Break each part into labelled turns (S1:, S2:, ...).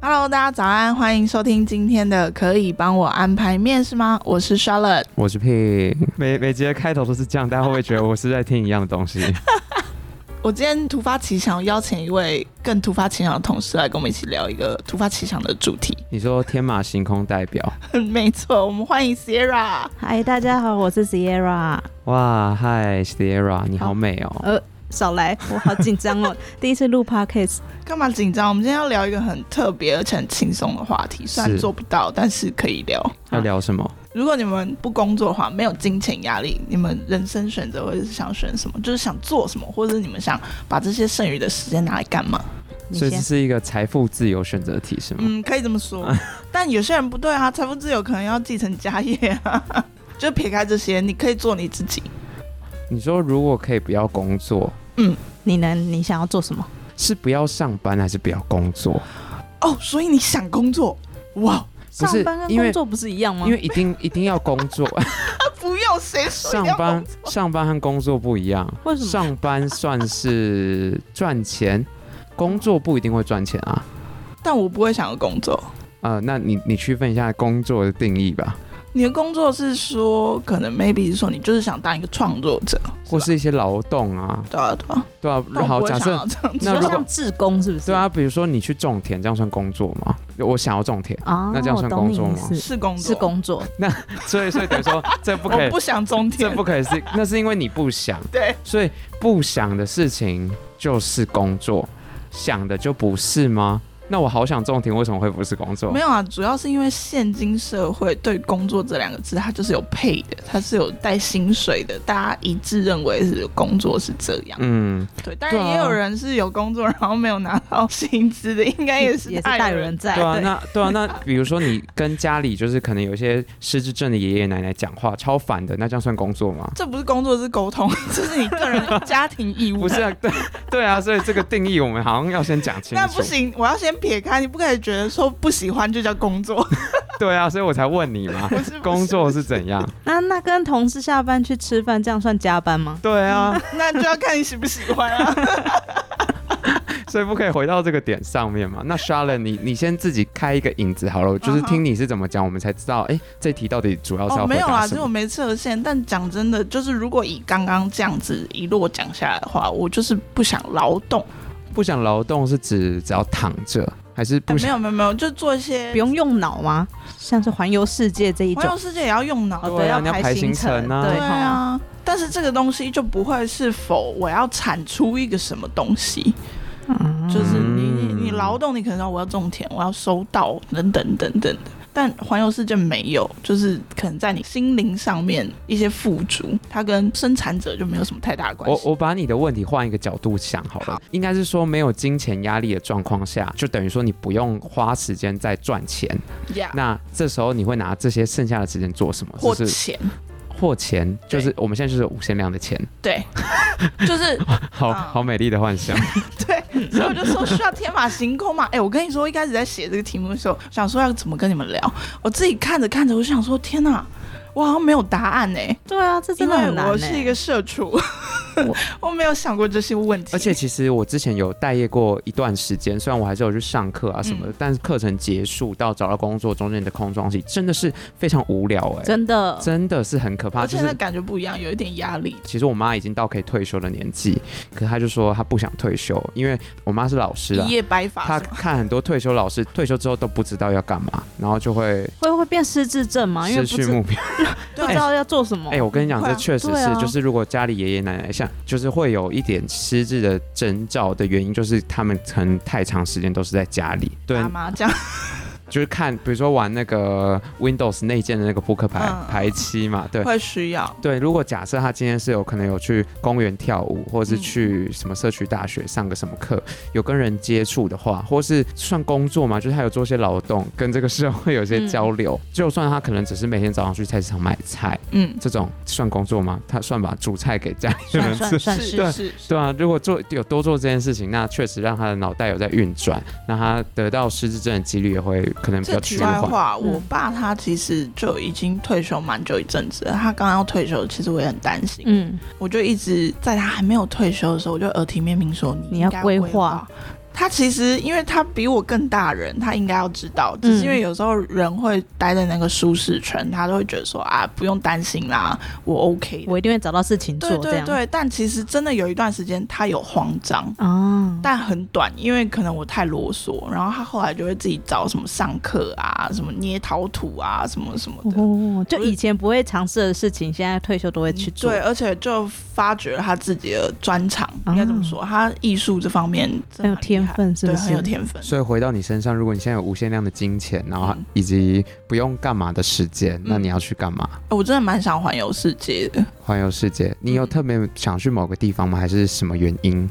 S1: Hello，大家早安，欢迎收听今天的可以帮我安排面试吗？我是 Charlotte。
S2: 我是 P，
S3: 每每集的开头都是这样，大家会不会觉得我是在听一样的东西？
S1: 我今天突发奇想邀请一位更突发奇想的同事来跟我们一起聊一个突发奇想的主题。
S3: 你说天马行空代表，
S1: 没错，我们欢迎 Sierra。
S4: 嗨，大家好，我是 Sierra。
S3: 哇，嗨，Sierra，你好美哦！
S4: 呃，少 来，我好紧张哦，第一次录 podcast。
S1: 干嘛紧张？我们今天要聊一个很特别而且很轻松的话题，虽然
S3: 是
S1: 做不到，但是可以聊。
S3: 要聊什么？
S1: 如果你们不工作的话，没有金钱压力，你们人生选择会是想选什么？就是想做什么，或者是你们想把这些剩余的时间拿来干嘛？
S4: 你
S3: 所以这
S4: 先，
S3: 是一个财富自由选择题，是 吗？
S1: 嗯，可以这么 说。但有些人不对啊，财富自由可能要继承家业啊。 就撇开这些，你可以做你自己。
S3: 你说如果可以不要工作，
S4: 你能，你想要做什么？
S3: 是不要上班还是不要工作？
S1: 哦，所以你想工作？哇，
S3: 不
S4: 上
S3: 是
S4: 班跟
S3: 因为
S4: 工作不是一样吗？
S3: 因为一定一定要工作，
S1: 不用谁说一
S3: 上
S1: 定要
S3: 班
S1: 工作
S3: 上班和工作不一样。
S4: 为什么？
S3: 上班算是赚钱，工作不一定会赚钱啊。
S1: 但我不会想要工作。
S3: 呃，那你你区分一下工作的定义吧，
S1: 你的工作是说，可能 maybe 是说你就是想当一个创作者，
S3: 或是一些劳动啊，
S1: 对啊对啊。
S3: 对啊，
S1: 但我
S3: 好，
S1: 不会
S3: 假
S1: 想
S3: 设
S1: 要这样
S4: 你
S1: 子。
S3: 那
S4: 说
S3: 如果
S4: 像志工是不是？
S3: 对啊，比如说你去种田，这样算工作吗？我想要种田，
S4: 啊，
S3: 那这样算工作吗
S4: 我懂你意思
S1: 是工作，
S4: 是工作，
S3: 所以所以等于 说这不可
S1: 我
S3: 以
S1: 不，想中
S3: 这
S1: 天。
S3: 不可以是，那是因为你不想，
S1: 对，
S3: 所以不想的事情就是工作，想的就不是吗？那我好想种田，为什么会不是工作
S1: 没？有啊，主要是因为现今社会对“工作”这两个字，它就是有配的，它是有带薪水的，大家一致认为是工作是这样。
S3: 嗯，
S1: 对，当
S3: 对
S1: 然
S3: 啊
S1: 也有人是有工作，然后没有拿到薪资的，应该也是
S4: 也是
S1: 大
S4: 大
S1: 有
S4: 有
S1: 人
S4: 人在。
S3: 对啊，那对啊，那比如说你跟家里就是可能有一些失智症的爷爷奶奶讲话超烦的，那这样算工作吗？
S1: 这不是工作，是沟通，这是你个 人家庭义务。
S3: 不是啊， 对对啊，所以这个定义我们好像要先讲清楚。
S1: 那不行，我要先撇开，你不可以觉得说不喜欢就叫工作，
S3: 对啊，所以我才问你嘛
S1: 不，是
S3: 工作是 怎样？
S4: 那那跟同事下班去吃饭，这样算加班吗？
S3: 对啊，
S1: 那就要看你喜不喜欢啊。
S3: 所以不可以回到这个点上面嘛？那 Sharon，你你先自己开一个影子好了，我就是
S1: 嗯哼
S3: 听你是怎么讲，我们才知道，哎、这题到底主要是
S1: 哦，
S3: 要
S1: 没
S3: 回
S1: 有啦，
S3: 答
S1: 其
S3: 什
S1: 实
S3: 么？
S1: 我没设限，但讲真的，就是如果以刚刚这样子一路讲下来的话，我就是不想劳动。
S3: 不想劳动是指只要躺着，还是
S1: 哎
S3: 不
S1: 没
S3: 想？
S1: 有没有没有，就做一些
S4: 不用用脑吗？像是环游世界这一
S1: 环游
S4: 种，
S1: 世界也要用脑
S4: 哦，
S3: 对啊
S4: 要
S3: 你要排行
S4: 行
S3: 程啊
S4: 对
S1: 对
S4: 哈
S1: 啊，但是这个东西就不会是否我要产出一个什么东西，
S4: 嗯
S1: 就是你你
S3: 嗯
S1: 你劳动，你可能要我要种田，我要收稻等等等等的。但环游世界没有，就是可能在你心灵上面一些富足，它跟生产者就没有什么太大的关
S3: 我
S1: 系。
S3: 我把你的问题换一个角度想好了，应该是说没有金钱压力的状况下，就等于说你不用花时间在赚钱，
S1: Yeah，
S3: 那这时候你会拿这些剩下的时间做什么？
S1: 或
S3: 就是
S1: 钱，
S3: 或钱，就是我们现在就是有无限量的钱，
S1: 对， 就是
S3: 好
S4: 嗯
S1: 啊
S3: 好美丽的幻 想。
S1: 对，所以我就 说需要天马行空嘛。哎、我跟你说，一开始在写这个题目的时候，想说要怎么跟你们聊，我自己看着看着，我就想说，天哪，我好像没有答案哎、
S4: 对啊，这
S1: 因
S4: 真的
S1: 为
S4: 很难
S1: 我
S4: 欸
S1: 是一个社畜， 我没有想过这些问题。
S3: 而且其实我之前有待业过一段时间，虽然我还是有去上课啊什么的，
S4: 嗯
S3: 但是课程结束到找到工作中间的空窗期真的是非常无聊哎、
S4: 真的
S3: 真的是很可怕。
S1: 而
S3: 就
S1: 且那
S3: 是
S1: 感觉不一样，有一点压力。
S3: 其实我妈已经到可以退休的年纪，可她就说她不想退休，因为我妈是老师啊
S1: 一。夜白发
S3: 她
S1: 是吗，
S3: 看很多退休老师退休之后都不知道要干嘛，然后就会
S4: 会会变失智症吗？因为
S3: 失
S4: 不
S3: 去
S4: 知
S3: 目标。
S4: 不知道要做什么。
S3: 哎、我跟你讲，
S1: 会啊
S3: 这确实
S4: 对
S3: 是
S4: 啊，
S3: 就是如果家里爷爷奶奶像，就是会有一点失智的征兆的原因，就是他们可能太长时间都是在家里，对
S1: 打，麻将，
S3: 就是看，比如说玩那个 Windows 内建的那个扑克牌、
S1: 嗯
S3: 排期嘛，对。
S1: 会需要。
S3: 对，如果假设他今天是有可能有去公园跳舞，或是
S1: 嗯
S3: 去什么社区大学上个什么课，有跟人接触的话，或是算工作嘛，就是他有做些劳动，跟这个社会有些
S4: 嗯
S3: 交流。就算他可能只是每天早上去菜市场买菜，
S1: 嗯，
S3: 这种算工作吗？他算把煮菜给家里人
S4: 算算算是
S3: 对
S1: 是是，
S3: 对啊，如果做有多做这件事情，那确实让他的脑袋有在运转，那他得到失智症的几率也会可能比
S1: 这
S3: 较
S1: 题
S3: 趋
S1: 外
S3: 缓。
S1: 话，
S4: 嗯
S1: 我爸他其实就已经退休蛮久一阵子了，他刚要退休，其实我也很担心。
S4: 嗯，
S1: 我就一直在他还没有退休的时候，我就耳提面命说：“
S4: 你
S1: 应
S4: 要
S1: 该
S4: 规
S1: 规
S4: 划。
S1: 他其实因为他比我更大人，他应该要知道，只
S4: 嗯
S1: 是因为有时候人会待在那个舒适圈，他都会觉得说啊，不用担心啦，我 OK 的。
S4: 我一定会找到事情做
S1: 对，
S4: 这
S1: 对
S4: 样
S1: 对，但其实真的有一段时间他有慌张，
S4: 啊，
S1: 但很短，因为可能我太啰嗦，然后他后来就会自己找什么上课啊，什么捏陶土啊，什么什么的。
S4: 哦，就以前不会尝试的事情，现在退休都会去做
S1: 对，，而且就发掘他自己的专长，应该怎么说？他艺术这方面真的蛮厉
S4: 哦很有天
S1: 害，
S4: 分，是不
S1: 对，
S4: 是？
S1: 很有天分。
S3: 所以回到你身上，如果你现在有无限量的金钱，然后
S1: 嗯
S3: 以及不用干嘛的时间，那你要去干嘛？
S1: 哎我真的蛮想环游世界的。
S3: 环游世界，你有特别想去某个地方吗？还是什么原因？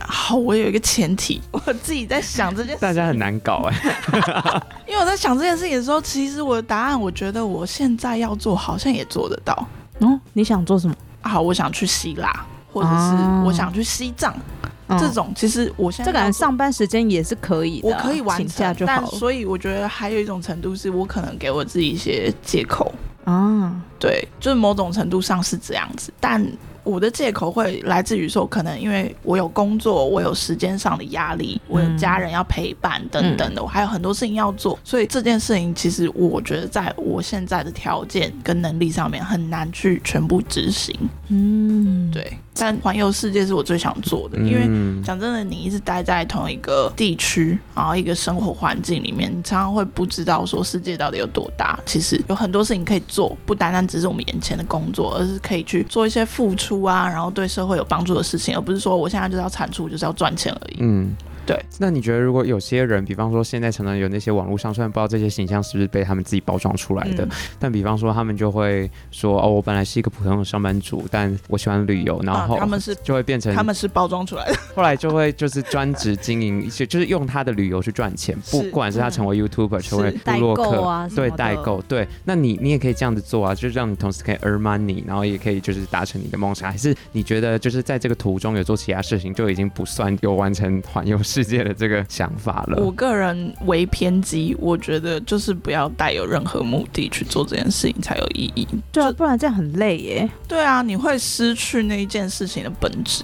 S1: 好，我有一个前提，我自己在想这件事，
S3: 大家很难搞哎、
S1: 因为我在想这件事情的时候，其实我的答案，我觉得我现在要做，好像也做得到。
S4: 哦，你想做什么？
S1: 啊好，我想去希腊，或者
S4: 哦
S1: 是我想去西藏，
S4: 嗯
S1: 这种其实我现在
S4: 这感
S1: 要
S4: 觉
S1: 做
S4: 上班时间也是可以的
S1: 我
S4: 啊，
S1: 可以完
S4: 请假
S1: 成，
S4: 就好
S1: 但
S4: 了
S1: 所以我觉得还有一种程度是我可能给我自己一些借口，
S4: 啊。
S1: 对，就是某种程度上是这样子，但我的借口会来自于说，可能因为我有工作，我有时间上的压力，我有家人要陪伴等等的，我还有很多事情要做，所以这件事情其实我觉得在我现在的条件跟能力上面很难去全部执行，
S4: 嗯，
S1: 对，但环游世界是我最想做的，因为
S3: 嗯，
S1: 讲真的，你一直待在同一个地区，然后一个生活环境里面，你常常会不知道说世界到底有多大。其实有很多事情可以做，不单单只是我们眼前的工作，而是可以去做一些付出啊，然后对社会有帮助的事情，而不是说我现在就是要产出，就是要赚钱而已。
S3: 嗯，
S1: 对。
S3: 那你觉得，如果有些人，比方说现在常常有那些网络上，虽然不知道这些形象是不是被他们自己包装出来的，
S1: 嗯
S3: 但比方说他们就会说，哦，我本来是一个普通的上班族，但我喜欢旅游，然后、
S1: 啊他们是
S3: 就会变成
S1: 他们是包装出来的，
S3: 后来就会就是专职经营 一些，就是用他的旅游去赚钱，
S1: 是嗯
S3: 不管是他成为 YouTuber，
S1: 是
S3: 成为部落
S4: 代购
S3: 客，
S4: 啊什么
S3: 对
S4: 的
S3: 代购，对，那你你也可以这样子做啊，就是让你同时可以 earn money，然后也可以就是达成你的梦想。还是你觉得就是在这个途中有做其他事情，就已经不算有完成环游世界的这个想法
S1: 我
S3: 了？
S1: 个人为偏激，我觉得就是不要带有任何目的去做这件事情才有意义。
S4: 对啊，不然这样很累耶。
S1: 对啊，你会失去那一件事情的本质。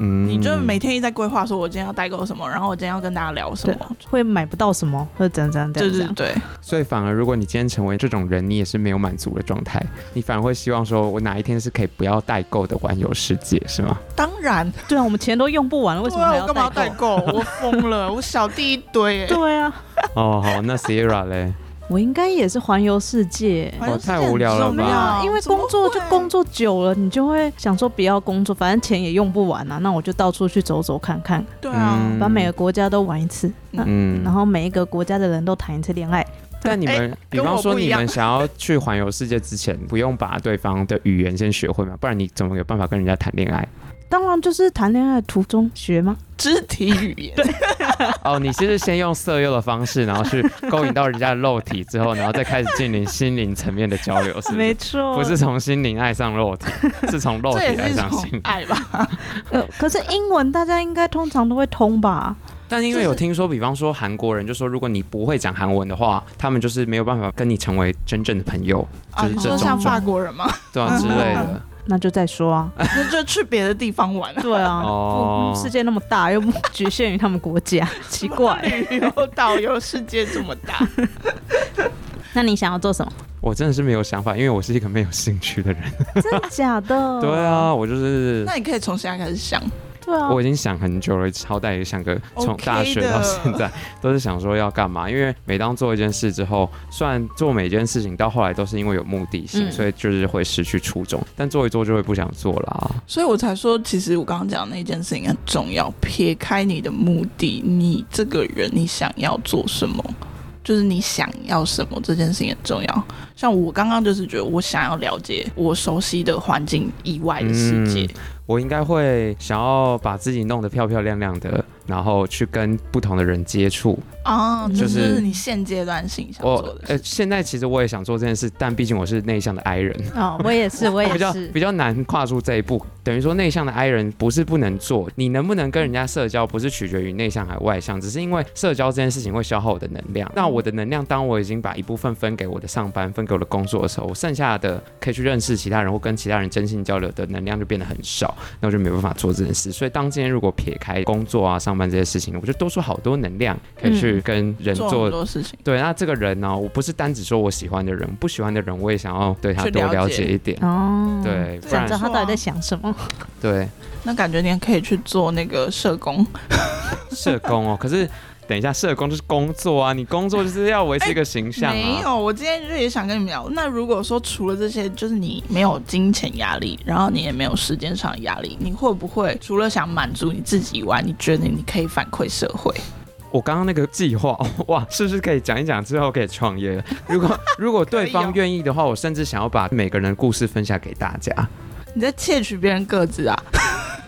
S3: 嗯
S1: 你就每天一直在规划，说我今天要代购什么，然后我今天要跟大家聊什
S4: 对
S1: 么。，
S4: 会买不到什么，或者怎样怎样怎
S1: 对
S3: 啊
S4: 样怎
S1: 对
S4: 样。
S1: 对，
S3: 所以反而如果你今天成为这种人，你也是没有满足的状态，你反而会希望说，我哪一天是可以不要代购的环游世界，是吗？
S1: 当然，
S4: 对啊，我们钱都用不完了，为什么还
S1: 对啊我干嘛要代
S4: 代购？
S1: 购？我疯 了，我小弟一堆欸。
S4: 对啊，
S3: 哦，好，那 Sierra 嘞？
S4: 我应该也是环游世界。
S1: 环游世界
S3: 哦太无聊了吧
S1: 很重
S4: 没有啊，
S1: 要
S4: 因为工作就工。
S1: 怎么会
S4: 作久了，你就会想说不要工作，反正钱也用不完啊，那我就到处去走走看看，
S1: 对啊，
S3: 嗯
S4: 把每个国家都玩一次，那
S3: 嗯
S4: 然后每一个国家的人都谈一次恋爱。
S3: 但你们，比
S1: 哎跟
S3: 方
S1: 我
S3: 说
S1: 不一
S3: 你
S1: 样
S3: 们想要去环游世界之前，不用把对方的语言先学会嘛？不然你怎么有办法跟人家谈恋 爱？
S4: 当然就是谈恋爱途中学吗？
S1: 肢体语 言。
S3: 哦，你是不是先用色诱的方式，然后去勾引到人家的肉体之后，然后再开始进行心灵层面的交流，是不是？
S4: 错
S3: 不是从心灵爱上肉 体，是从肉
S1: 这
S3: 体
S1: 也
S3: 爱
S1: 是一
S3: 上
S1: 种
S3: 心。
S1: 爱 吧？
S4: 呃，可是英文大家应该通常都会通吧？
S3: 但因为有听说，比方说韩国人就说，如果你不会讲韩文的话，他们就是没有办法跟你成为真正的朋友，
S1: 啊，
S3: 就是
S1: 你
S3: 这
S1: 说
S3: 种
S1: 像
S3: 状
S1: 法
S3: 况，
S1: 国人吗？
S3: 对啊之类的
S4: 哦。那就再说啊。
S1: 那就去别的地方玩 啊。
S4: 对啊，
S3: 哦
S4: 不世界那么大，又不局限于他们国 家，奇怪。
S1: 旅游导游世界这么 大，
S4: 那你想要做什么？
S3: 我真的是没有想法，因为我是一个没有兴趣的人。
S4: 真的假的？
S3: 对，啊，
S4: 哦
S3: 我就是
S1: 那你可以从现在开始想。
S4: 对啊。
S3: 我已经想很久了，好歹也想个
S4: 哦
S3: 从
S1: OK
S3: 大学到现在都是想说要干嘛。因为每当做一件事之后，虽然做每件事情到后来都是因为有目的性，
S4: 嗯
S3: 所以就是会失去初衷，但做一做就会不想做啊啦。
S1: 所以我才说，其实我刚刚讲的那件事情很重要。撇开你的目的，你这个人你想要做什么，就是你想要什么这件事情很重要。像我刚刚就是觉得，我想要了解我熟悉的环境以外的世界。
S3: 我应该会想要把自己弄得漂漂亮亮的，然后去跟不同的人接触。
S1: 啊，
S4: 就
S1: 这
S4: 是
S1: 是你现阶段性想
S3: 我
S1: 做的
S3: 呃
S1: 事。，
S3: 现在其实我也 想做这件事，但毕竟我是内向的 I 人，
S4: 哦，我也是，我
S3: 比
S4: 也
S3: 较
S4: 是
S3: 比。较难跨出这一步。等于说内向的 I 人不是不能做，你能不能跟人家社交，不是取决于内向还外向，只是因为社交这件事情会消耗我的能量。那我的能量，当我已经把一部分分给我的上班，分给我的工作的时候，我剩下的可以去认识其他人或跟其他人真心交流的能量就变得很少，那我就没办法做这件事。所以当今天如果撇开工作啊、上班这些事情，我就多出好多能量可以去跟人
S1: 做
S3: 呃做
S1: 很多事情。
S3: 对，那这个人呢、我不是单只说我喜欢的人，不喜欢的人我也想要对他
S1: 去
S3: 多
S1: 了
S3: 了
S1: 解
S3: 解一点。
S1: 嗯
S4: 哦，，
S3: 对，不
S4: 想
S3: 然
S4: 知道他到底在想什么。
S3: 对
S1: 那感觉你也可以去做那个社工，
S3: 社工哦，可是等一下，社工就是工作啊，你工作就是要维持一个形象
S1: 哎没
S3: 啊。
S1: 有，我今天就也想跟你们聊。那如果说除了这些，就是你没有金钱压力，然后你也没有时间上的压力，你会不会除了想满足你自己以外，你觉得你可以反馈社会？
S3: 我刚刚那个计划， 哇，是不是可以讲一讲之后可以创业了？如果如果对
S1: 可以哦
S3: 方愿意的话，我甚至想要把每个人的故事分享给大家，
S1: 你在窃取别人个子啊？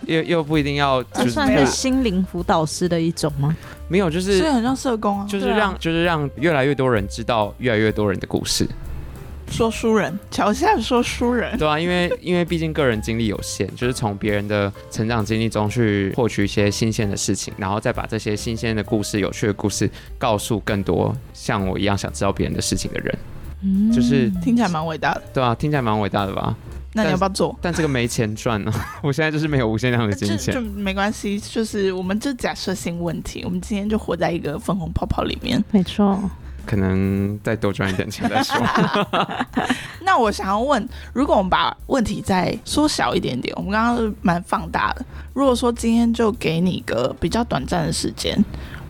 S3: 又又不一定要
S4: 他
S3: 就是
S4: 算
S1: 没有
S4: 是
S1: 啦
S4: 心灵辅导师的一种吗？
S3: 没有，就
S1: 所以
S3: 是
S1: 很像社工啊，
S3: 就是
S4: 对啊
S3: 让就是让越来越多人知道越来越多人的故事。
S1: 说书人，桥下说书人。
S3: 对啊，因为因为毕竟个人经历有限，就是从别人的成长经历中去获取一些新鲜的事情，然后再把这些新鲜的故事、有趣的故事告诉更多像我一样想知道别人的事情的人。
S4: 嗯，
S3: 就是
S1: 听起来蛮伟大的，
S3: 对啊，听起来蛮伟大的吧？
S1: 那你要不要做？
S3: 但这个没钱赚啊， 我现在就是没有无限量的
S1: 这
S3: 金
S1: 这
S3: 钱。
S1: 没关系，就是我们就假设性问题，我们今天就活在一个粉红泡泡里面。
S4: 没错。
S3: 可能再多赚一点钱 再说。
S1: 那我想要问，如果我们把问题再缩小一点点，我们刚刚是蛮放大的。如果说今天就给你一个比较短暂的时间，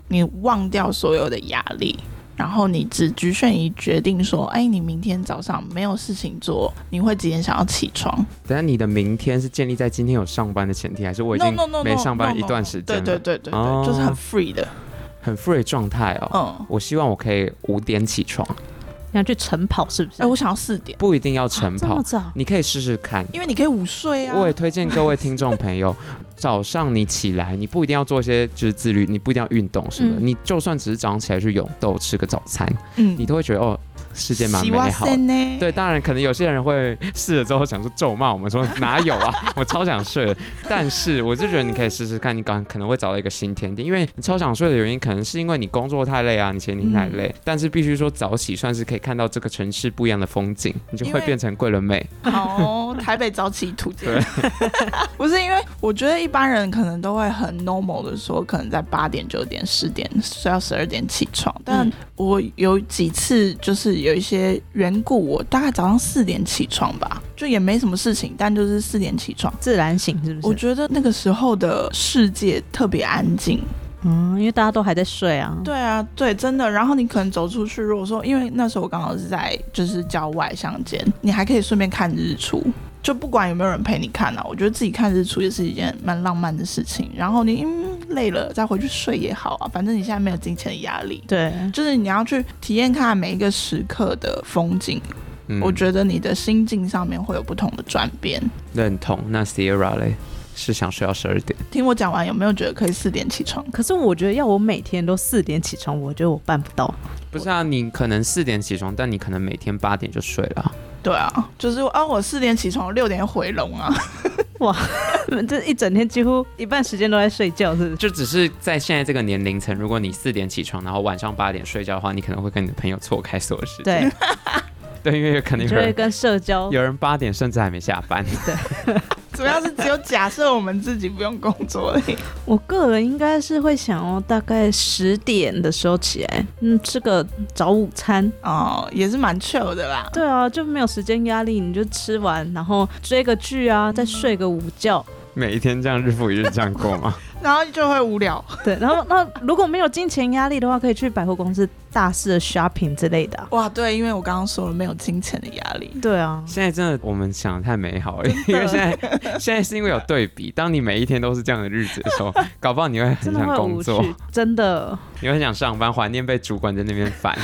S1: 你忘掉所有的压力，然后你只局限于决定说，哎，你明天早上没有事情做，你会几点想要起床
S3: 等下你的明天是建立在今天有上班的前提，还是我已
S1: ？No
S3: 经
S1: No No，
S3: 没上班一段时间
S1: 对
S3: 了？
S1: 对对对对，
S3: 哦
S1: 就是很 free 的，
S3: 很 free 的状态哦。
S1: 嗯。
S3: 我希望我可以五点起床，
S4: 要去晨跑是不是？
S1: 哎，我想要四点，
S3: 不一定要
S1: 啊
S3: 晨
S4: 这么
S3: 跑，嗯
S4: 早？
S3: 你可以试试看。
S1: 因为你可以午睡啊。
S3: 我也推荐各位听众朋友， 早上你起来，你不一定要做一些就是自律，你不一定要运动什么的，
S4: 嗯
S3: 你就算只是早上起来去永豆吃个早餐，
S1: 嗯
S3: 你都会觉得哦，世界蛮美好的。
S1: 呢？
S3: 对，当然可能有些人会试了之后想说咒骂我们说哪有啊， 我超想睡的。但是我就觉得你可以试试看，你刚可能会找到一个新天地，因为你超想睡的原因可能是因为你工作太累啊，你前天太
S1: 嗯
S3: 累。但是必须说早起算是可以看到这个城市不一样的风景，你就
S1: 因
S3: 会
S1: 为
S3: 变成桂纶镁。
S1: 好哦、台北早起图鉴
S3: 对。
S1: 不是因为我觉得一般人可能都会很 normal 的说，可能在八点、九点、十点睡到十二点起床。但
S4: 嗯
S1: 我有几次就是有一些缘故，我大概早上四点起床吧，就也没什么事情，但就是四点起床。
S4: 自然醒是不
S1: 我
S4: 是？
S1: 觉得那个时候的世界特别安静，
S4: 嗯，因为大家都还在睡啊。
S1: 对啊，对，真的。然后你可能走出去，如果说，因为那时候我刚好是在就是郊外乡间，你还可以顺便看日出，就不管有没有人陪你看啊，我觉得自己看日出也是一件蛮浪漫的事情。然后你嗯累了再回去睡也好啊，反正你现在没有金钱的压力。
S4: 对，
S1: 就是你要去体验看每一个时刻的风景，
S3: 嗯
S1: 我觉得你的心境上面会有不同的转变。
S3: 认同。那 Sierra 嘞，是想睡到十二点。
S1: 听我讲完，有没有觉得可以四点起床？
S4: 可是我觉得要我每天都四点起床，我觉得我办不到。
S3: 不是啊，你可能四点起床，但你可能每天八点就睡了啊。
S1: 对啊，就是啊，我四点起床，六点回笼啊。
S4: 这一整天几乎一半时间都在睡觉，是不是？
S3: 就只是在现在这个年龄层，如果你四点起床，然后晚上八点睡觉的话，你可能会跟你的朋友错开所有事情。
S4: 对，
S3: 对，因为可能
S4: 你
S3: 有
S4: 就会
S3: 人
S4: 跟社 交
S3: 有人八点甚至还没下班。
S1: 主要是只有假设我们自己不用工作而已。
S4: 我个人应该是会想要大概十点的时候起来，嗯，吃个早午餐。
S1: 哦，也是蛮 chill 的啦。
S4: 对啊，就没有时间压力，你就吃完，然后追个剧啊，再睡个午 觉。
S3: 每一天这样日复一日这样过 吗？
S1: 然后就会无聊。
S4: 对，然后那如果没有金钱压力的话，可以去百货公司大肆的 shopping 之类的啊、
S1: 哇，对，因为我刚刚说了没有金钱的压力。
S4: 对啊，
S3: 现在真的我们想的太美好了，因为现在现在是因为有对比，当你每一天都是这样的日子的时候，搞不好你会很
S4: 真的
S3: 想
S4: 会
S3: 工
S4: 无趣
S3: 作，，
S4: 真的。
S3: 你会很想上班，怀念被主管在那边烦。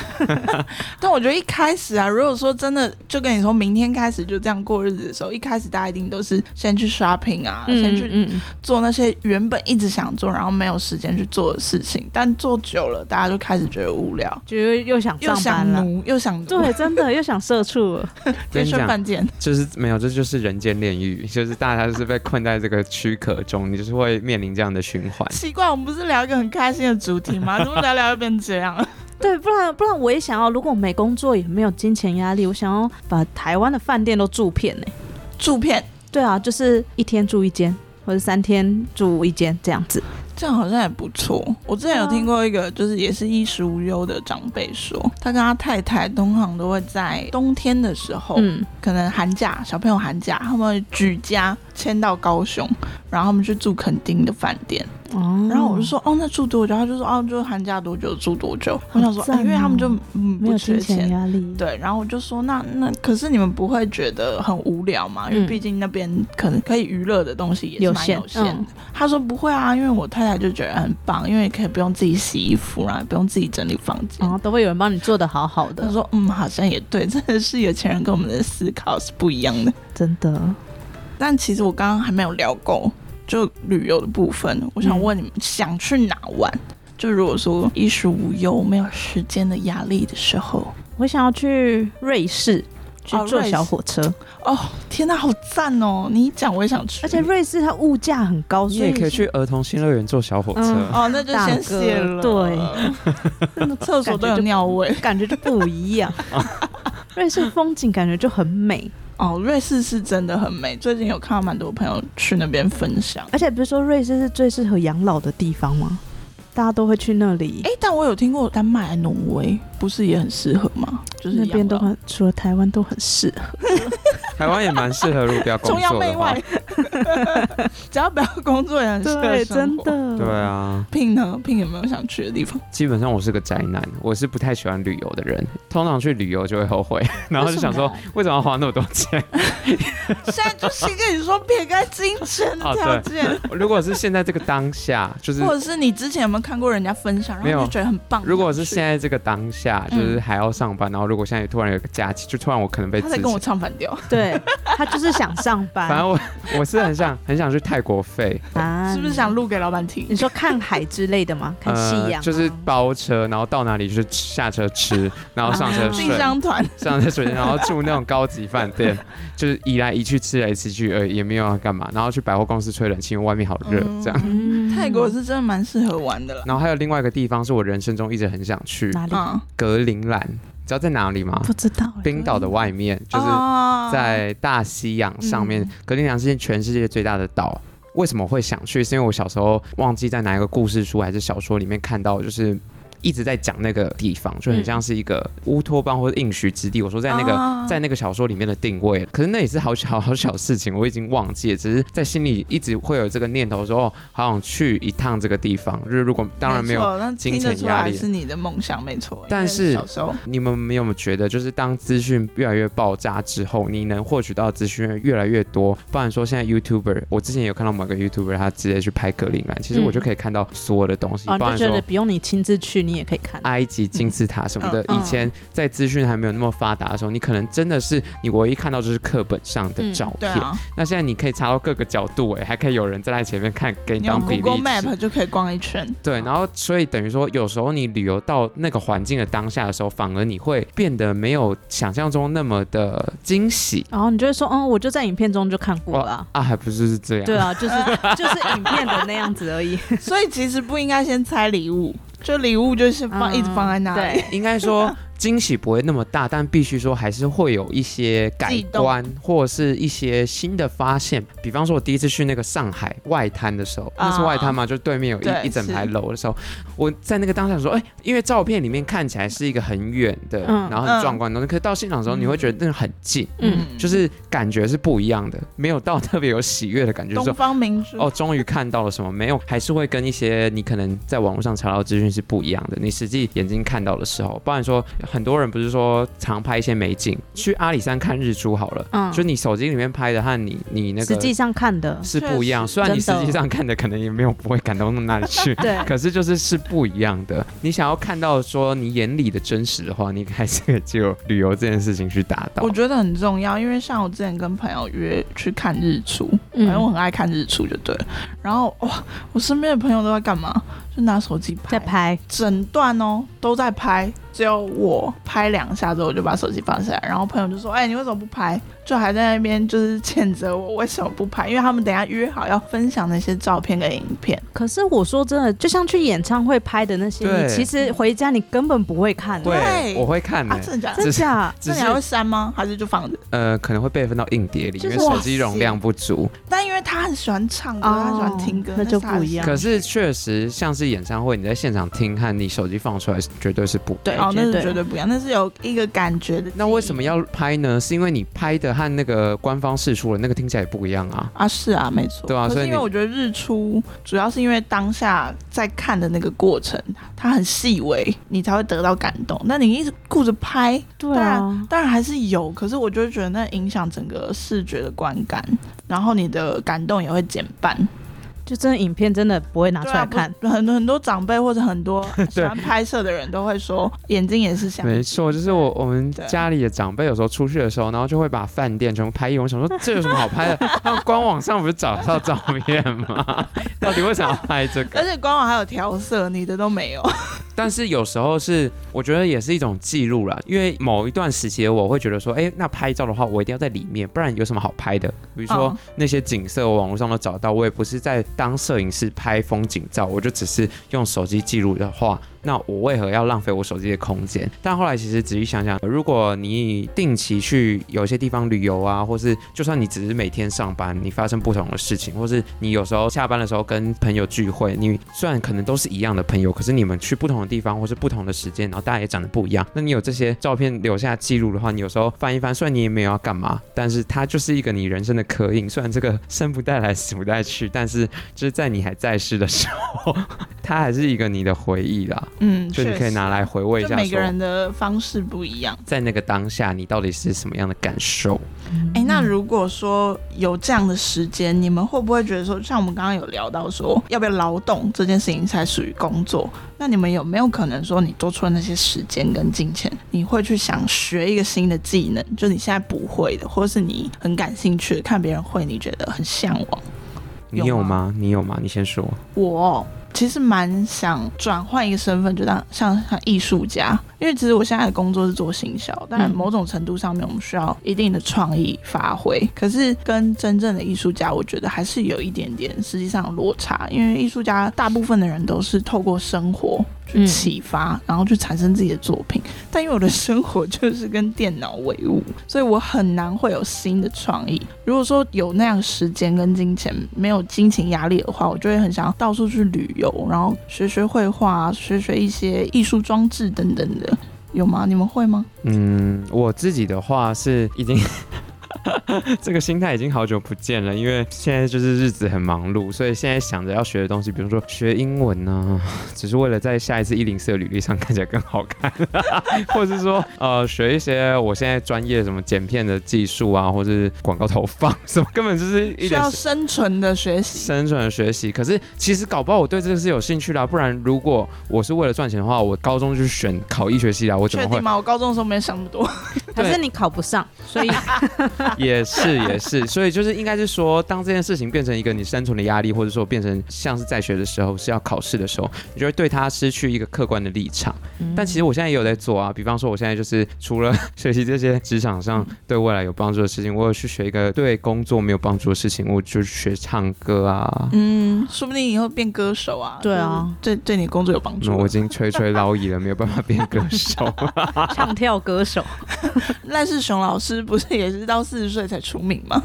S1: 但我觉得一开始啊，如果说真的就跟你说明天开始就这样过日子的时候，一开始大家一定都是先去 shopping 啊，先去
S4: 嗯嗯，
S1: 做那些原本一直想做，然后没有时间去做的事情，但做久了，大家就开始觉得无聊，
S4: 就又又想
S1: 又
S4: 上班
S1: 想
S4: 了。
S1: 奴，又想奴
S4: 对，真的又想社畜了，
S1: 天
S3: 跟你
S1: 生
S3: 讲，
S1: 犯贱。
S3: 就是没有，这就是人间炼狱， 就是大家就是被困在这个躯壳中，你就是会面临这样的循环。
S1: 奇怪，我们不是聊一个很开心的主题吗？ 怎么聊聊又变这 样？
S4: 对，不然不然我也想要，如果没工作也没有金钱压力，我想要把台湾的饭店都住遍呢、
S1: 住片，
S4: 对啊，就是一天住一间，或者三天住一间这样子。
S1: 这样好像也不错。我之前有听过一个，就是也是衣食无忧的长辈说，
S4: 嗯
S1: 他跟他太太通常都会在冬天的时候，
S4: 嗯，
S1: 可能寒假小朋友寒假，他们举家迁到高雄，然后他们去住垦丁的饭店。
S4: 哦
S1: 然后我就，说，哦，那住多久？他就说，哦，就寒假多久住多久。我想说，
S4: 赞
S1: 哎因为他们就
S4: 哦
S1: 嗯
S4: 没
S1: 不
S4: 有
S1: 缺
S4: 金钱
S1: 钱。
S4: 压力。
S1: 对，然后我就说，那那可是你们不会觉得很无聊吗？因为
S4: 嗯
S1: 毕竟那边可能可以娱乐的东西也是
S4: 有
S1: 蛮
S4: 限
S1: 有限的。
S4: 嗯
S1: 他说不会啊，因为我太太就觉得很棒，因为可以不用自己洗衣服，然后也不用自己整理房间。
S4: 然后都会有人帮你做的好好
S1: 他
S4: 的，
S1: 说，嗯，好像也对， 真的是有钱人跟我们的思考是不一样的。
S4: 真的。
S1: 但其实我刚刚还没有聊够，就旅游的部分，我想
S4: 嗯
S1: 问你们想去哪玩？就如果说衣食无忧、没有时间的压力的时候，
S4: 我想要去瑞士去
S1: 哦
S4: 坐
S1: 瑞士
S4: 小火车，
S1: 哦，天哪，好赞哦！你一讲我也想去，
S4: 而且瑞士它物价很高，
S3: 你
S4: 所
S3: 也可以
S4: 以
S3: 去儿童新乐园坐小火车，
S4: 嗯
S1: 哦，那就先谢了。
S4: 大
S1: 对，厕所都有尿味。
S4: 感觉就不一 样。瑞士风景感觉就很美，
S1: 哦，瑞士是真的很美，最近有看到蛮多朋友去那边分享。
S4: 而且不是说瑞士是最适合养老的地方吗？大家都会去那里，
S1: 哎、但我有听过丹麦、挪威，不是也很适合吗？就是
S4: 那边
S1: 养
S4: 都
S1: 老
S4: 很除了台湾都很适合。
S3: 台湾也蛮适合如果不要工
S1: 崇洋
S3: 作
S1: 媚
S3: 的话
S1: 外。， 只要不要工作也很适合
S4: 对，
S1: 生
S4: 真
S1: 活。
S4: 的。
S3: 对啊，
S1: 聘呢？聘有没有想去的 地方？
S3: 基本上我是个宅男，我是不太喜欢旅游的人，通常去旅游就会后悔， 然后就想说
S4: 为什
S3: 为什么要花那么多钱？
S1: 现在就是跟你说撇开金钱的条件，
S3: 如果是现在这个当下，啊就是
S1: 或者是你之前有没有看过人家分享，
S3: 没
S1: 然
S3: 有
S1: 后就觉得很棒？
S3: 如果是现
S1: 在，
S3: 在这个当下，
S1: 嗯
S3: 就是还要上班，然后如果现在突然有个假期，就突然我可能被
S1: 他
S3: 辞
S1: 在跟我
S3: 职。
S1: 唱反调，
S4: 对他就是想上
S3: 反
S4: 班
S3: 正我 我是很想很想去泰国飞，
S4: 啊
S1: 是不是想？录给老板听
S4: 你？说看海之类的吗？看夕阳啊、
S3: 呃就是包车，然后到哪里就是下车吃，然后上车
S4: 啊
S3: 睡
S1: 进，香团，
S3: 上车睡，然后住那种高级饭店，就是一来一去吃来吃去而已，也没有要干嘛，然后去百货公司吹冷气，因为外面好热，这样。
S4: 嗯
S1: 泰国是真的蛮适合玩的了。
S3: 然后还有另外一个地方是我人生中一直很想去，
S4: 哪里？
S1: 嗯，
S3: 格陵兰，你知道在哪里吗？
S4: 不知道欸。
S3: 冰岛的外面，就是
S1: 哦
S3: 在大西洋上面，
S1: 嗯
S3: 格陵兰是全世界最大的岛。为什么会想去？是因为我小时候忘记在哪一个故事书还是小说里面看到，就是一直在讲那个地方，就很像是一个乌托邦或者应许之地。我说在那个、
S1: 啊
S3: 在那个小说里面的定位，可是那也是好小好小事情，我已经忘记了，只是在心里一直会有这个念头说，哦，好想去一趟这个地方。就是如果当然没有
S1: 错那听得出来是你的梦想，没错。
S3: 但是
S1: 因为小时候，
S3: 你们有没有觉得，就是当资讯越来越爆炸之后，你能获取到资讯越来越多？不然说现在 YouTuber，我之前有看到某个 YouTuber，他直接去拍格陵兰，其实
S4: 嗯
S3: 我就可以看到所有的东西，
S4: 哦，
S3: 不
S4: 你
S3: 然
S4: 就觉
S3: 说啊
S4: 得。不用你亲自去，你也可以看。
S3: 埃及金字塔什么的，
S1: 嗯
S3: 以前在资讯还没有那么发达的时候，你可能真的是你唯一看到就是课本上的
S4: 嗯
S3: 照
S1: 对
S3: 片。
S1: 啊，
S3: 那现在你可以查到各个角度，哎，还可以有人站在前面看，给你
S1: 你用
S3: 当比例
S1: Google
S3: 尺
S1: Map 就可以逛一圈。
S3: 对，然后所以等于说，有时候你旅游到那个环境的当下的时候，反而你会变得没有想象中那么的惊喜。
S4: 然后你就会说，哦，我就在影片中就看过了。
S3: 啊，还不是是这样。
S4: 对啊，就是 就是影片的那样子而已。
S1: 所以其实不应该先猜礼物，就礼物就是放、
S4: 嗯
S1: 一直放在那里。
S4: 对，
S3: 应该说惊喜不会那么大，但必须说还是会有一些改观，或者是一些新的发现。比方说，我第一次去那个上海外滩的时候，
S1: 啊
S3: 那是外滩嘛，就对面有
S1: 对
S3: 一一整排
S1: 是
S3: 楼的时候，我在那个当下说，哎、因为照片里面看起来是一个很远的，
S4: 嗯
S3: 然后很壮观的东西，可是到现场的时候，你会觉得那个很近。
S4: 嗯，
S3: 就是感觉是不一样的，没有到特别有喜悦的感觉，就是
S1: 东
S3: 说
S1: 方明珠
S3: 哦，终于看到了什么，没有，还是会跟一些你可能在网络上查到的资讯是不一样的，你实际眼睛看到的时候，不然说很多人不是说常拍一些美景，去阿里山看日出好了，
S4: 嗯
S3: 就你手机里面拍的和你你那
S4: 实际
S3: 个
S4: 上看的，
S3: 是不一样。
S1: 确实
S3: 虽然你实
S4: 真的，
S3: 际上看的可能也没有不会感动到哪里去
S4: 对，
S3: 可是就是是不一样的。你想要看到说你眼里的真实的话，你还是可以借由旅游这件事情去达到
S1: 我。觉得很重要，因为像我之前跟朋友约去看日出，
S4: 嗯
S1: 哎反正我很爱看日出就对了。然后哇，我身边的朋友都在干嘛？就拿手机拍，
S4: 在拍，
S1: 整段哦都在拍，只有我拍两下之后我就把手机放下来，然后朋友就说：“哎、你为什么不拍？”就还在那边就是 谴责我为什么不拍，因为他们等一下约好要分享那些照片跟影片。
S4: 可是我说真的，就像去演唱会拍的那些，
S3: 对
S4: 你其实回家你根本不会看的，
S1: 对
S3: 我会看的、
S1: 啊，真的假的？
S4: 真
S3: 只是
S4: 假？
S3: 只
S1: 这
S3: 是
S1: 你还会删吗？还是就放着？
S3: 呃，可能会备份到硬碟里，
S4: 就是
S3: 因为手机容量不足。
S1: 但因为他很喜欢唱歌，
S4: 哦
S1: 他喜欢听歌，
S4: 那就是
S1: 他的
S4: 不一样
S3: 可是确实，像是演唱会，你在现场听和你手机放出来是绝对是不
S4: 对
S1: 哦，那
S4: 绝
S1: 是
S4: 对
S1: 绝对不一样，那是有一个感觉的。
S3: 那为什么要拍呢？是因为你拍的和那个官方释出的那个听起来也不一样啊。
S1: 啊？是啊，没错。
S3: 对啊
S1: 可
S3: 所
S1: 是
S3: 以
S1: 因
S3: 你
S1: 为我觉得日出主要是因为当下在看的那个过程，它很细微，你才会得到感动。那你一直顾着拍，
S4: 对啊，
S1: 当然还是有，可是我就会觉得那影响整个视觉的观感，然后你的感动也会减半。
S4: 就真的影片真的不会拿出
S1: 对
S4: 来
S1: 啊，
S4: 看，
S1: 不很多很多长辈或者很 多喜欢拍摄的人都会说，眼睛也是像。
S3: 没错，就是我我们
S1: 对
S3: 家里的长辈有时候出去的时候，然后就会把饭店全部拍一轮。我想说这有什么好拍的？ 他们官网上不是找得到照片吗？ 到底为什么要拍这
S1: 而
S3: 个？
S1: 且官网还有调色，你的都没有。
S3: 但是有时候是我觉得也是一种记录啦，因为某一段时期的我会觉得说，哎、那拍照的话我一定要在里面，不然有什么好拍的？比如说、
S1: 嗯
S3: 那些景色，我网络上都找到，我也不是在当摄影师拍风景照，我就只是用手机记录的话，那我为何要浪费我手机的空间？但后来其实仔细想想，如果你定期去有些地方旅游啊，或是就算你只是每天上班，你发生不同的事情，或是你有时候下班的时候跟朋友聚会，你虽然可能都是一样的朋友，可是你们去不同的地方或是不同的时间，然后大家也长得不一样，那你有这些照片留下记录的话，你有时候翻一翻，虽然你也没有要干嘛，但是它就是一个你人生的刻印。虽然这个生不带来死不带去，但是就是在你还在世的时候，它还是一个你的回忆啦。
S1: 嗯，
S3: 就你可
S1: 确
S3: 以
S1: 实
S3: 拿来回味一
S1: 就
S3: 下，
S1: 每个
S3: 说
S1: 人的方式不一样。
S3: 在那个当下你到底是什么样的感受？
S1: 哎、那如果说有这样的时间，你们会不会觉得说，像我们刚刚有聊到说，要不要劳动这件事情才属于工作？那你们有没有可能说，你多出了那些时间跟金钱，你会去想学一个新的技能，就你现在不会的，或是你很感兴趣的，看别人会，你觉得很向往？
S3: 你
S1: 有
S3: 有
S1: 吗
S3: 吗？你有吗？你先说。
S1: 我哦其实蛮想转换一个身份，就当像像艺术家，因为其实我现在的工作是做行销，但
S4: 嗯
S1: 某种程度上面我们需要一定的创意发挥。可是跟真正的艺术家，我觉得还是有一点点实际上的落差，因为艺术家大部分的人都是透过生活去
S4: 嗯
S1: 启发，然后去产生自己的作品。但因为我的生活就是跟电脑为伍，所以我很难会有新的创意。如果说有那样时间跟金钱，没有金钱压力的话，我就会很想要到处去旅游，然后学学绘画，啊学学一些艺术装置等等的。有吗？你们会吗？
S3: 嗯，我自己的话是已经 这个心态已经好久不见了，因为现在就是日子很忙碌，所以现在想着要学的东西，比如说学英文呢、 只是为了在下一次一零四的履历上看起来更好看， 或者是说呃学一些我现在专业什么剪片的技术啊，或者是广告投放什么，根本就是一
S1: 需
S3: 点
S1: 要生存的学习。
S3: 生存的学习。可是其实搞不好我对这个是有兴趣啊啦，不然如果我是为了赚钱的话，我高中就选考医学系啊啦，我怎
S1: 确
S3: 么会
S1: 定吗？我高中的时候没想那么多。
S4: 可
S3: 对
S4: 是你考不上，所以
S3: 也是也是，所以就是应该是说，当这件事情变成一个你生存的压力，或者说变成像是在学的时候是要考试的时候，你就会对它失去一个客观的立场。但其实我现在也有在做啊，比方说我现在就是除了学习这些职场上对未来有帮助的事情，我有去学一个对工作没有帮助的事情，我就学唱歌 啊。
S1: 嗯，说不定以后变歌手啊。
S4: 对啊，
S1: 对对你工作有帮助
S3: 那。我已经垂垂老矣了，没有办法变歌手。
S4: 唱跳歌手，
S1: 赖世雄老师不是也是到四十岁才出名吗？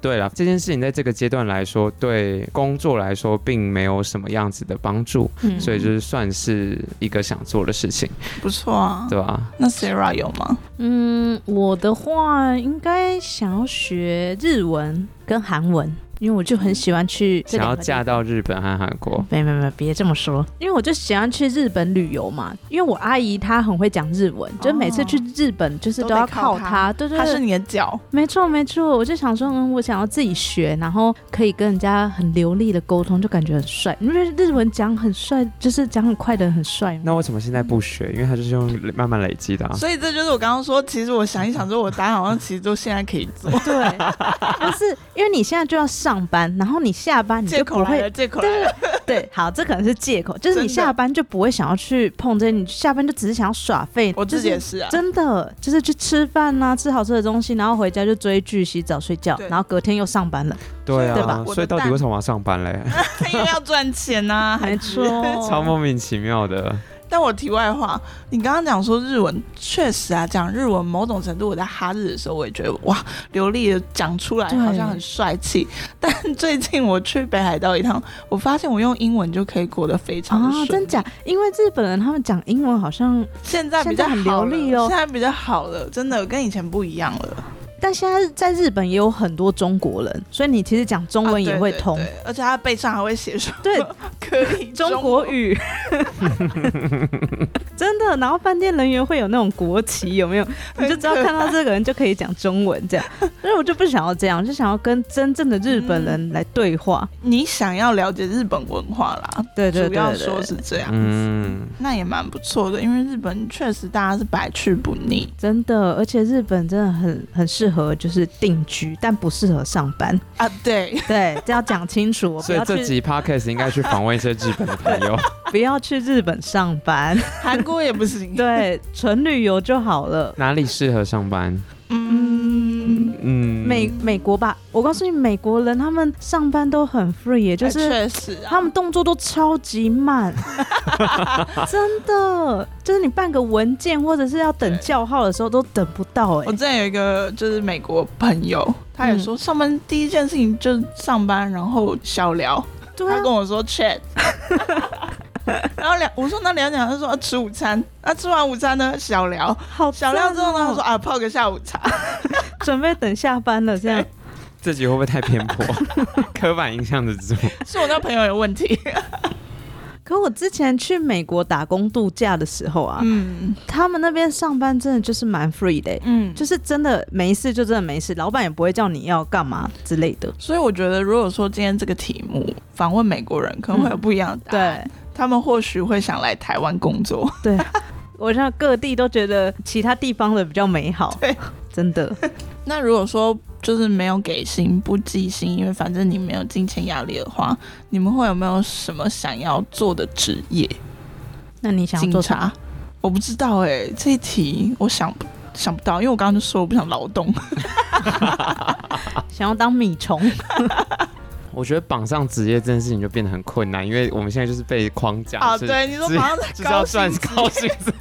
S3: 对了，这件事情在这个阶段来说，对工作来说并没有什么样子的帮助。
S4: 嗯
S3: 所以就是算是一个想做的事情，
S1: 不错啊。
S3: 对吧？
S1: 那 Sarah 有吗？
S4: 嗯，我的话应该想要学日文跟韩文。因为我就很喜欢去这
S3: 想要
S4: 两个地方
S3: 嫁到日本和韩国，
S4: 没没没，别这么说，因为我就喜欢去日本旅游嘛，因为我阿姨她很会讲日文，就每次去日本就是
S1: 都
S4: 都
S1: 得
S4: 要
S1: 哦靠
S4: 靠
S1: 她
S4: 她，对对
S1: 它是
S4: 对，
S1: 你的脚，
S4: 没错没错，我就想说，嗯，我想要自己学，然后可以跟人家很流利的沟通，就感觉很帅，因为日文讲很帅，就是讲很快的很帅 嘛。
S3: 那为什么现在不学？因为它就是用累慢慢累积的啊。
S1: 所以这就是我刚刚说，其实我想一想之后，我答案好像其实都现在可以做。
S4: 对，但是因为你现在就要上班，然后你下 班你
S1: 借
S4: 就
S1: 口
S4: 不
S1: 来
S4: 会
S1: 了，借口来
S4: 对
S1: 了，
S4: 对，好，这可能是借口，就是
S1: 真
S4: 你
S1: 的
S4: 下班就不会想要去碰这些，你下班就只是想要耍废。
S1: 我自己
S4: 就
S1: 也
S4: 是
S1: 是啊。
S4: 真的就是去吃饭呐、吃好吃的东西，然后回家就追剧、洗澡、睡觉
S1: 对，
S4: 然后隔天又上班 了。
S3: 对
S4: 对吧
S3: 啊，
S1: 我的
S3: 所以到底
S1: 蛋
S3: 为什么要上班嘞？
S1: 因为要赚钱呐、还
S4: 没错
S3: 超莫名其妙的。
S1: 但我题外话，你刚刚讲说日文，确实啊，讲日文某种程度，我在哈日的时候，我也觉得哇，流利的讲出来
S4: 对
S1: 好像很帅气。 但最近我去北海道一趟，我发现我用英文就可以过得非常的
S4: 啊，
S1: 顺利
S4: 真假？因为日本人他们讲英文好像，
S1: 现在比较好了
S4: 现在很流利哦
S1: 现在比较好了，真的跟以前不一样了。
S4: 但现在在日本也有很多中国人，所以你其实讲中文也会通
S1: 啊。对对对而且它背上还会写说
S4: 对，
S1: 可以
S4: 中 国语，真的。然后饭店人员会有那种国旗，有没有？你就只要看到这个人就可以讲中文 这样。但是我就不想要这样，我就想要跟真正的日本人来对话。
S1: 你想要了解日本文化啦，
S4: 对对
S1: 嗯主要
S4: 对
S1: 说
S4: 对，
S1: 是这样，
S3: 嗯，
S1: 那也蛮不错的，因为日本确实大家是百去不腻。
S4: 真的，而且日本真的很很适合就是定居，但不适合上班。
S1: 啊，对，
S4: 对，这要讲清楚，我不
S3: 所以
S4: 要
S3: 这
S4: 去
S3: 集 podcast 应该去访问一些日本的朋友。
S4: 不要去日本上 班，
S1: 韩国也不行。，
S4: 对，纯旅游就好了。
S3: 哪里适合上班？
S1: 嗯，
S3: 嗯，
S4: 美美国吧，我告诉你，美国人他们上班都很 free，也就
S1: 哎
S4: 是
S1: 确实啊，
S4: 他们动作都超 级慢，真的，就是你办个文件或者是要等叫号的时候都等不到哎、
S1: 我之前有一个就是美国朋友，他
S4: 嗯
S1: 也说上班第一件事情就是上班，然后小聊。
S4: 对
S1: 他
S4: 啊
S1: 跟，我说 chat，然后聊，我说那聊聊，他说、啊、吃午餐，那、吃完午餐呢小聊，
S4: 好
S1: 小聊之后呢，
S4: 赞
S1: 他
S4: 哦
S1: 说啊泡个下午茶，
S4: 准备等下班了这样，
S3: 这集会不会太偏颇？ 刻板印象的这种，
S1: 是我那朋友有问题，
S4: 可我之前去美国打工度假的时候啊，
S1: 嗯
S4: 他们那边上班真的就是蛮 free 的欸、
S1: 嗯，
S4: 就是真的没事就真的没事，老板也不会叫你要干嘛之类的。
S1: 所以我觉得如果说今天这个题目访问美国人，可能会有不一样的答案，
S4: 对
S1: 他们或许会想来台湾工作，
S4: 对，我像各地都觉得其他地方的比较美好
S1: 对，
S4: 真的。
S1: 那如果说就是没有给薪不计薪，因为反正你没有金钱压力的话，你们会有没有什么想要做的职业？
S4: 那你想要
S1: 警
S4: 做啥？
S1: 察？我不知道哎、这一题我想不想不到，因为我刚刚就说我不想劳动。
S4: 想要当米虫？
S3: 我觉得绑上职业这件事情就变得很困难，因为我们现在就是被框架
S1: 啊，
S3: 是
S1: 对，你说
S3: 是
S1: 马上
S3: 就是要
S1: 高
S3: 赚
S1: 薪职
S3: 高薪资，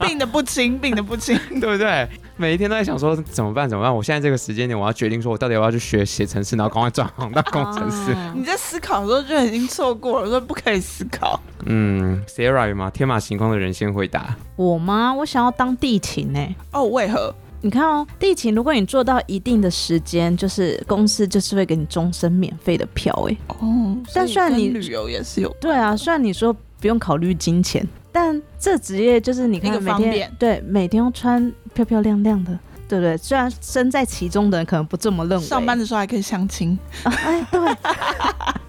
S1: 病的不轻，病的不轻。
S3: 对不对？每一天都在想说怎么办怎么办？我现在这个时间点，我要决定说我到底要不要去学写程式，然后赶快转行到工程师。
S4: 啊
S1: 你在思考的时候就已经错过了，说不可以思考。
S3: 嗯，Sarah 有吗？天马行空的人先回答。
S4: 我吗？我想要当地勤呢、
S1: 哦，为何？
S4: 你看哦，地勤，如果你做到一定的时间，就是公司就是会给你终身免费的票哎、
S1: 哦，
S4: 但虽然
S1: 所以
S4: 你
S1: 跟旅游也是有
S4: 对啊，虽然你说不用考虑金钱，但这职业就是你看
S1: 一个
S4: 每
S1: 方
S4: 天
S1: 便
S4: 对每天要穿漂漂亮亮的，对不对？虽然身在其中的人可能不这么认为，
S1: 上班的时候还可以相亲，
S4: 啊，哎，对，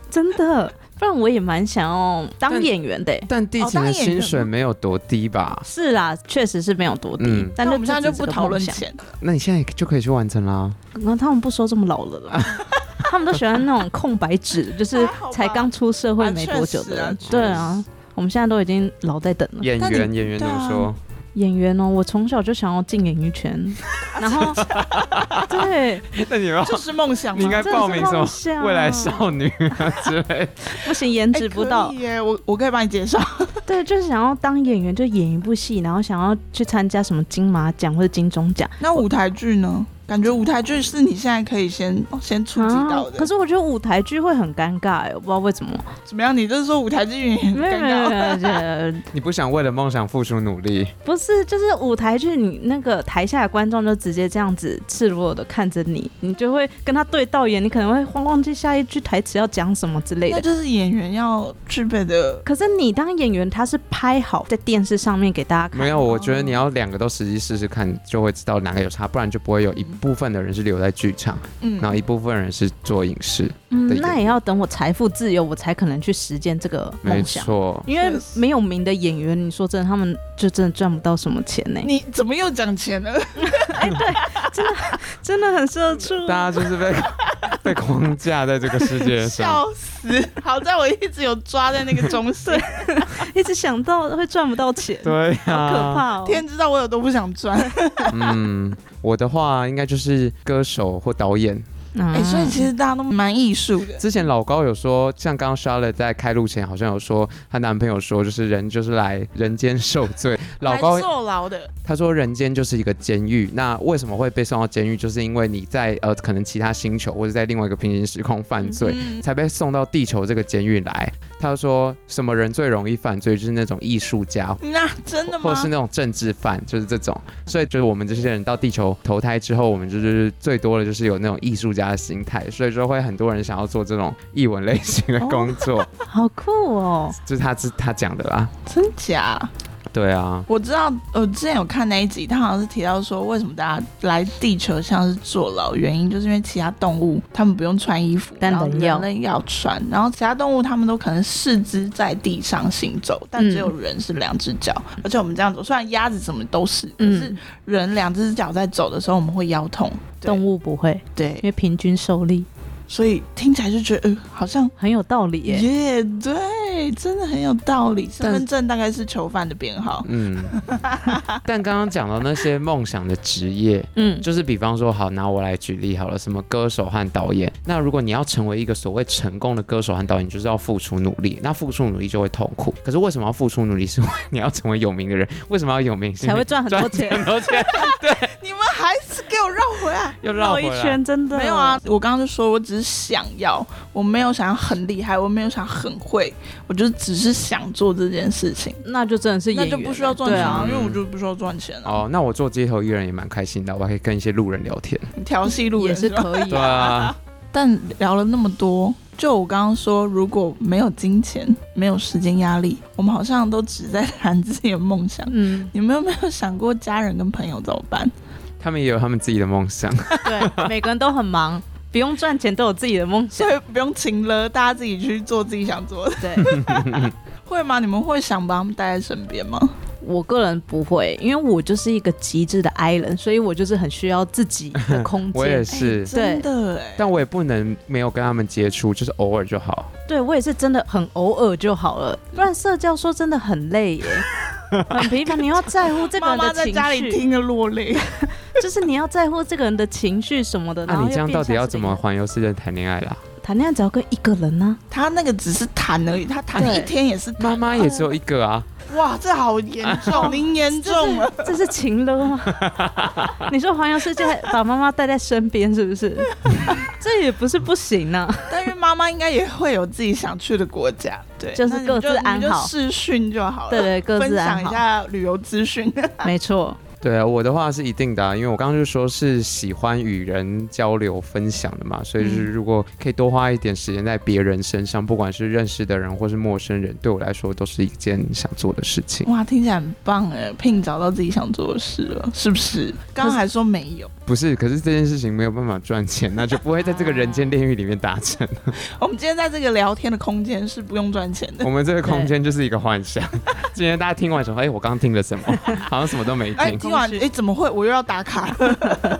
S4: 真的，不然我也蛮想要当
S3: 但
S4: 演员的欸、
S3: 但地勤的薪水没有多低吧？
S4: 是啦，确实是没有多低，
S3: 嗯
S4: 但
S1: 那
S4: 就
S1: 我们现在
S4: 这
S1: 就
S4: 只是
S1: 不
S4: 个
S1: 讨论
S4: 梦 想。
S1: 钱。
S3: 那你现在就可以去完成啦。
S4: 可能他们不收这么老了啦，他们都喜欢那种空白纸，就是
S1: 还好吧
S4: 才刚出社会
S1: 啊
S4: 没
S1: 确
S4: 多久
S1: 实
S4: 的
S1: 啊
S4: 人
S1: 确。
S4: 对啊，我们现在都已经老在等了。
S3: 演
S1: 但你
S3: 员演员怎么说？
S4: 演员哦，我从小就想要进演艺圈，然后对，
S3: 那你要
S1: 这是梦想啊吗？
S3: 你应该
S4: 这
S3: 报名
S4: 是
S3: 什么
S4: 梦想。
S3: 未来少女啊之类的。
S4: 不行，颜
S1: 哎
S4: 值不到
S1: 可。以耶，我我可以帮你 介绍。
S4: 对，就是想要当演员，就演一部戏，然后想要去参加什么金马奖或者金钟奖。
S1: 那舞台剧呢？感觉舞台剧是你现在可以先、哦先触及到
S4: 啊
S1: 的。
S4: 可是我觉得舞台剧会很尴尬、哎，我不知道为什么。
S1: 怎么样？你就是说舞台剧演员
S4: 没有
S1: 尴
S4: 没有没
S1: 尬？哦
S4: 有，这
S3: 你不想为了梦想付出努力，
S4: 不是，就是舞台剧，你那个台下的观众就直接这样子赤裸裸的看着你，你就会跟他对到眼，你可能会忘忘记下一句台词要讲什么之类
S1: 那
S4: 的。
S1: 就是演员要具备的。
S4: 可是你当演员，他是拍好在电视上面给大家看。
S3: 没有，我觉得你要两个都实际试试看，就会知道哪个有差，不然就不会有一部分的人是留在剧场，
S1: 嗯
S3: 然后一部分人是做影视。
S4: 嗯
S3: 对，对
S4: 那也要等我财富自由，我才可能去实践这个
S3: 没
S4: 梦想。
S3: 错，
S4: 因为
S1: 确实
S4: 没有名的演员，你说真的，他们就真的赚不到什么钱呢、
S1: 你怎么又讲钱了？
S4: 真的很社畜。 啊
S3: 大家就是被被框架在这个世界 上。
S1: 笑死！好在我一直有抓在那个中心，
S4: 一直想到会赚不到钱，
S3: 对啊呀、
S4: 好可怕哦。
S1: 啊天知道我有多不想赚。
S3: 嗯，我的话应该就是歌手或导演。
S4: 嗯
S1: 哎、所以其实大家都蛮艺术的。
S3: 之前老高有说，像刚刚 Charlotte 在开录前好像有说，她男朋友说就是人就是来人间受罪。 老高
S1: 蛮坐牢的，
S3: 他说人间就是一个监狱，那为什么会被送到监狱？就是因为你在呃可能其他星球或者在另外一个平行时空犯罪，
S1: 嗯
S3: 才被送到地球这个监狱来。他说什么人最容易犯罪？就是那种艺术家。
S1: 那真的
S3: 或
S1: 吗？
S3: 是那种政治犯，就是这种，所以就是我们这些人到地球投胎之后，我们就是最多的就是有那种艺术家的心态，所以说会很多人想要做这种艺文类型的工作，
S4: 好酷哦！
S3: 这是他是他讲的啦。
S1: 真假？
S3: 对啊，
S1: 我知道，我之前有看那一集，他好像是提到说，为什么大家来地球像是坐牢，原因就是因为其他动物他们不用穿衣服，
S4: 但
S1: 然后
S4: 人要
S1: 人类要穿，然后其他动物他们都可能四肢在地上行走，但
S4: 嗯
S1: 只有人是两只脚，而且我们这样走，虽然鸭子什么都是，可是
S4: 嗯，
S1: 人两只脚在走的时候，我们会腰痛。
S4: 动物不会，因
S1: 对，
S4: 为平均受力
S1: 所以听起来就觉得，呃，好像
S4: 很有道理耶。
S1: 耶对，真的很有道理。身
S3: 但
S1: 份证大概是囚犯的编号，
S3: 嗯，但刚刚讲到那些梦想的职业，
S4: 嗯，
S3: 就是比方说，好，拿我来举例好了，什么歌手和导演。那如果你要成为一个所谓成功的歌手和导演，你就是要付出努力。那付出努力就会痛苦。可是为什么要付出努力？是因为你要成为有名的人。为什么要有名？是因
S4: 才
S3: 为
S4: 会 赚很多
S3: 赚
S4: 钱，
S3: 很多钱，
S1: 你们还是给我绕回来。
S3: 又绕
S4: 绕
S3: 回
S4: 一
S3: 来。
S4: 圈真的
S1: 没有啊，，我刚刚就说，我只是想要，我没有想要很厉害，我没有想很会，我就只是想做这件事情，
S4: 那就真的是演
S1: 那
S4: 员
S1: 就不需要赚
S4: 对
S1: 钱
S4: 啊。
S1: 因为我就不需要赚钱啊。
S3: 哦，那我做街头艺人也蛮开心的，我还可以跟一些路人聊 天。
S1: 你调戏路
S4: 也
S1: 人
S4: 是
S1: 是吧？
S4: 可以
S3: 对啊，
S1: 但聊了那么多，就我刚刚说，如果没有金钱，没有时间压力，我们好像都只在谈自己的梦想。
S4: 嗯，
S1: 你们有没有想过家人跟朋友怎么办？
S3: 他们也有他们自己的梦 想。
S4: 对，每个人都很 忙，不用赚钱，都有自己的梦 想
S1: 所。以不用请了，大家自己去做自己想做的。
S4: 对，
S1: 会吗？你们会想把他们带在身边吗？
S4: 我个人不会，因为我就是一个极致的 I 人，所以我就是很需要自己的空
S3: 我也
S4: 间。
S3: 是，
S1: 哎真的哎、
S3: 但我也不能没有跟他们接触，就是偶尔就好。
S4: 对我也是真的很偶尔就好了，不然社交说真的很累耶，很频繁。你要在乎这个
S1: 妈
S4: 人
S1: 妈
S4: 的
S1: 在
S4: 情
S1: 家里
S4: 绪，
S1: 听着落泪。
S4: 就是你要在乎这个人的情绪什么的。
S3: 那、
S4: 然后
S3: 你
S4: 又
S3: 这样
S4: 变
S3: 到底
S4: 相
S3: 要
S4: 是
S3: 怎
S4: 个
S3: 么
S4: 演
S3: 环游世界谈恋爱啦？
S4: 谈恋爱只要跟一个人 呢、
S1: 他那个只是谈而已，他谈
S4: 对
S1: 一天也 是
S3: 妈
S1: 谈。
S3: 妈也只有一个 啊。
S1: 哇，这好严重，您严重 了。
S4: 这是情了 吗？你说环游世界把妈妈带在身边是不是？ 这也不是不行啊呢、
S1: 但是妈妈应该也会有自己想去的国家，对，
S4: 就是
S1: 那你
S4: 各自
S1: 就
S4: 安
S1: 你就
S4: 好
S1: 视讯就好了。
S4: 对对各自
S1: 分
S4: 安
S1: 享
S4: 好
S1: 一下旅游资讯。
S4: 没错，
S3: 对啊，我的话是一定的、啊，因为我刚刚就说是喜欢与人交流分享的嘛，所以
S4: 嗯
S3: 就是如果可以多花一点时间在别人身上，不管是认识的人或是陌生人，对我来说都是一件想做的事情。
S1: 哇，听起来很棒哎，聘找到自己想做的事了，是不是？刚刚还说没有，
S3: 不是，可是这件事情没有办法赚钱，那就不会在这个人间炼狱里面达 成。
S1: 我们今天在这个聊天的空间是不用赚钱的
S3: 我。们这个空间就是一个幻想。今天大家听完想说，哎、我刚听了什么？好像什么都没
S1: 哎，
S3: 听。
S1: 今晚哎怎么会？我又要打卡 了。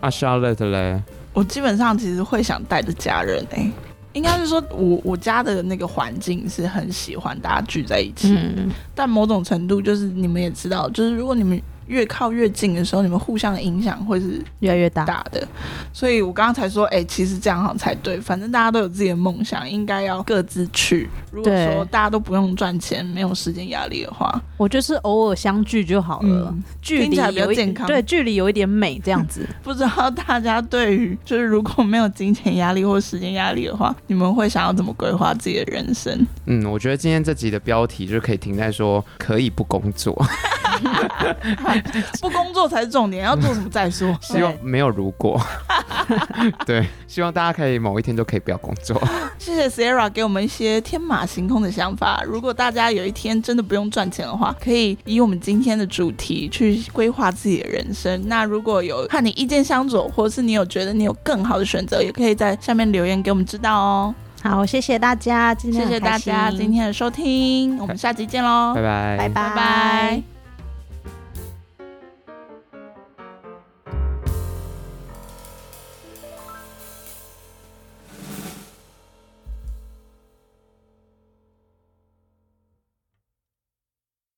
S3: 啊，Charlotte 嘞，
S1: 我基本上其实会想带着家人哎、应该是说我我家的那个环境是很喜欢大家聚在一起，
S4: 嗯，
S1: 但某种程度就是你们也知道，就是如果你们越靠越近的时候，你们互相的影响会是
S4: 越来越大。
S1: 大的。所以我刚刚才说，哎、其实这样好像才对，反正大家都有自己的梦想，应该要各自去。如果
S4: 对
S1: 说大家都不用赚钱，没有时间压力的话，
S4: 我就是偶尔相聚就好了，
S1: 嗯
S4: 距
S1: 听
S4: 离
S1: 起来比较
S4: 有一
S1: 健康
S4: 对距离有一点美这样子。
S1: 不知道大家对于就是如果没有金钱压力或时间压力的话，你们会想要怎么规划自己的人生？
S3: 嗯，我觉得今天这集的标题就可以停在说可以不工作，
S1: 不工作才是重点，要做什么再说。
S3: 希望没有如果。 对，希望大家可以某一天都可以不要工作。
S1: 谢谢 Sierra 给我们一些天马行空的想法。如果大家有一天真的不用赚钱的话，可以以我们今天的主题去规划自己的人生。那如果有和你意见相左，或是你有觉得你有更好的选择，也可以在下面留言给我们知道哦。
S4: 好，谢谢大家，今天
S1: 谢
S4: 很
S1: 谢
S4: 开
S1: 大家
S4: 心
S1: 今天的收听，我们下集见喽，
S3: 拜拜，
S4: 拜拜
S1: 拜拜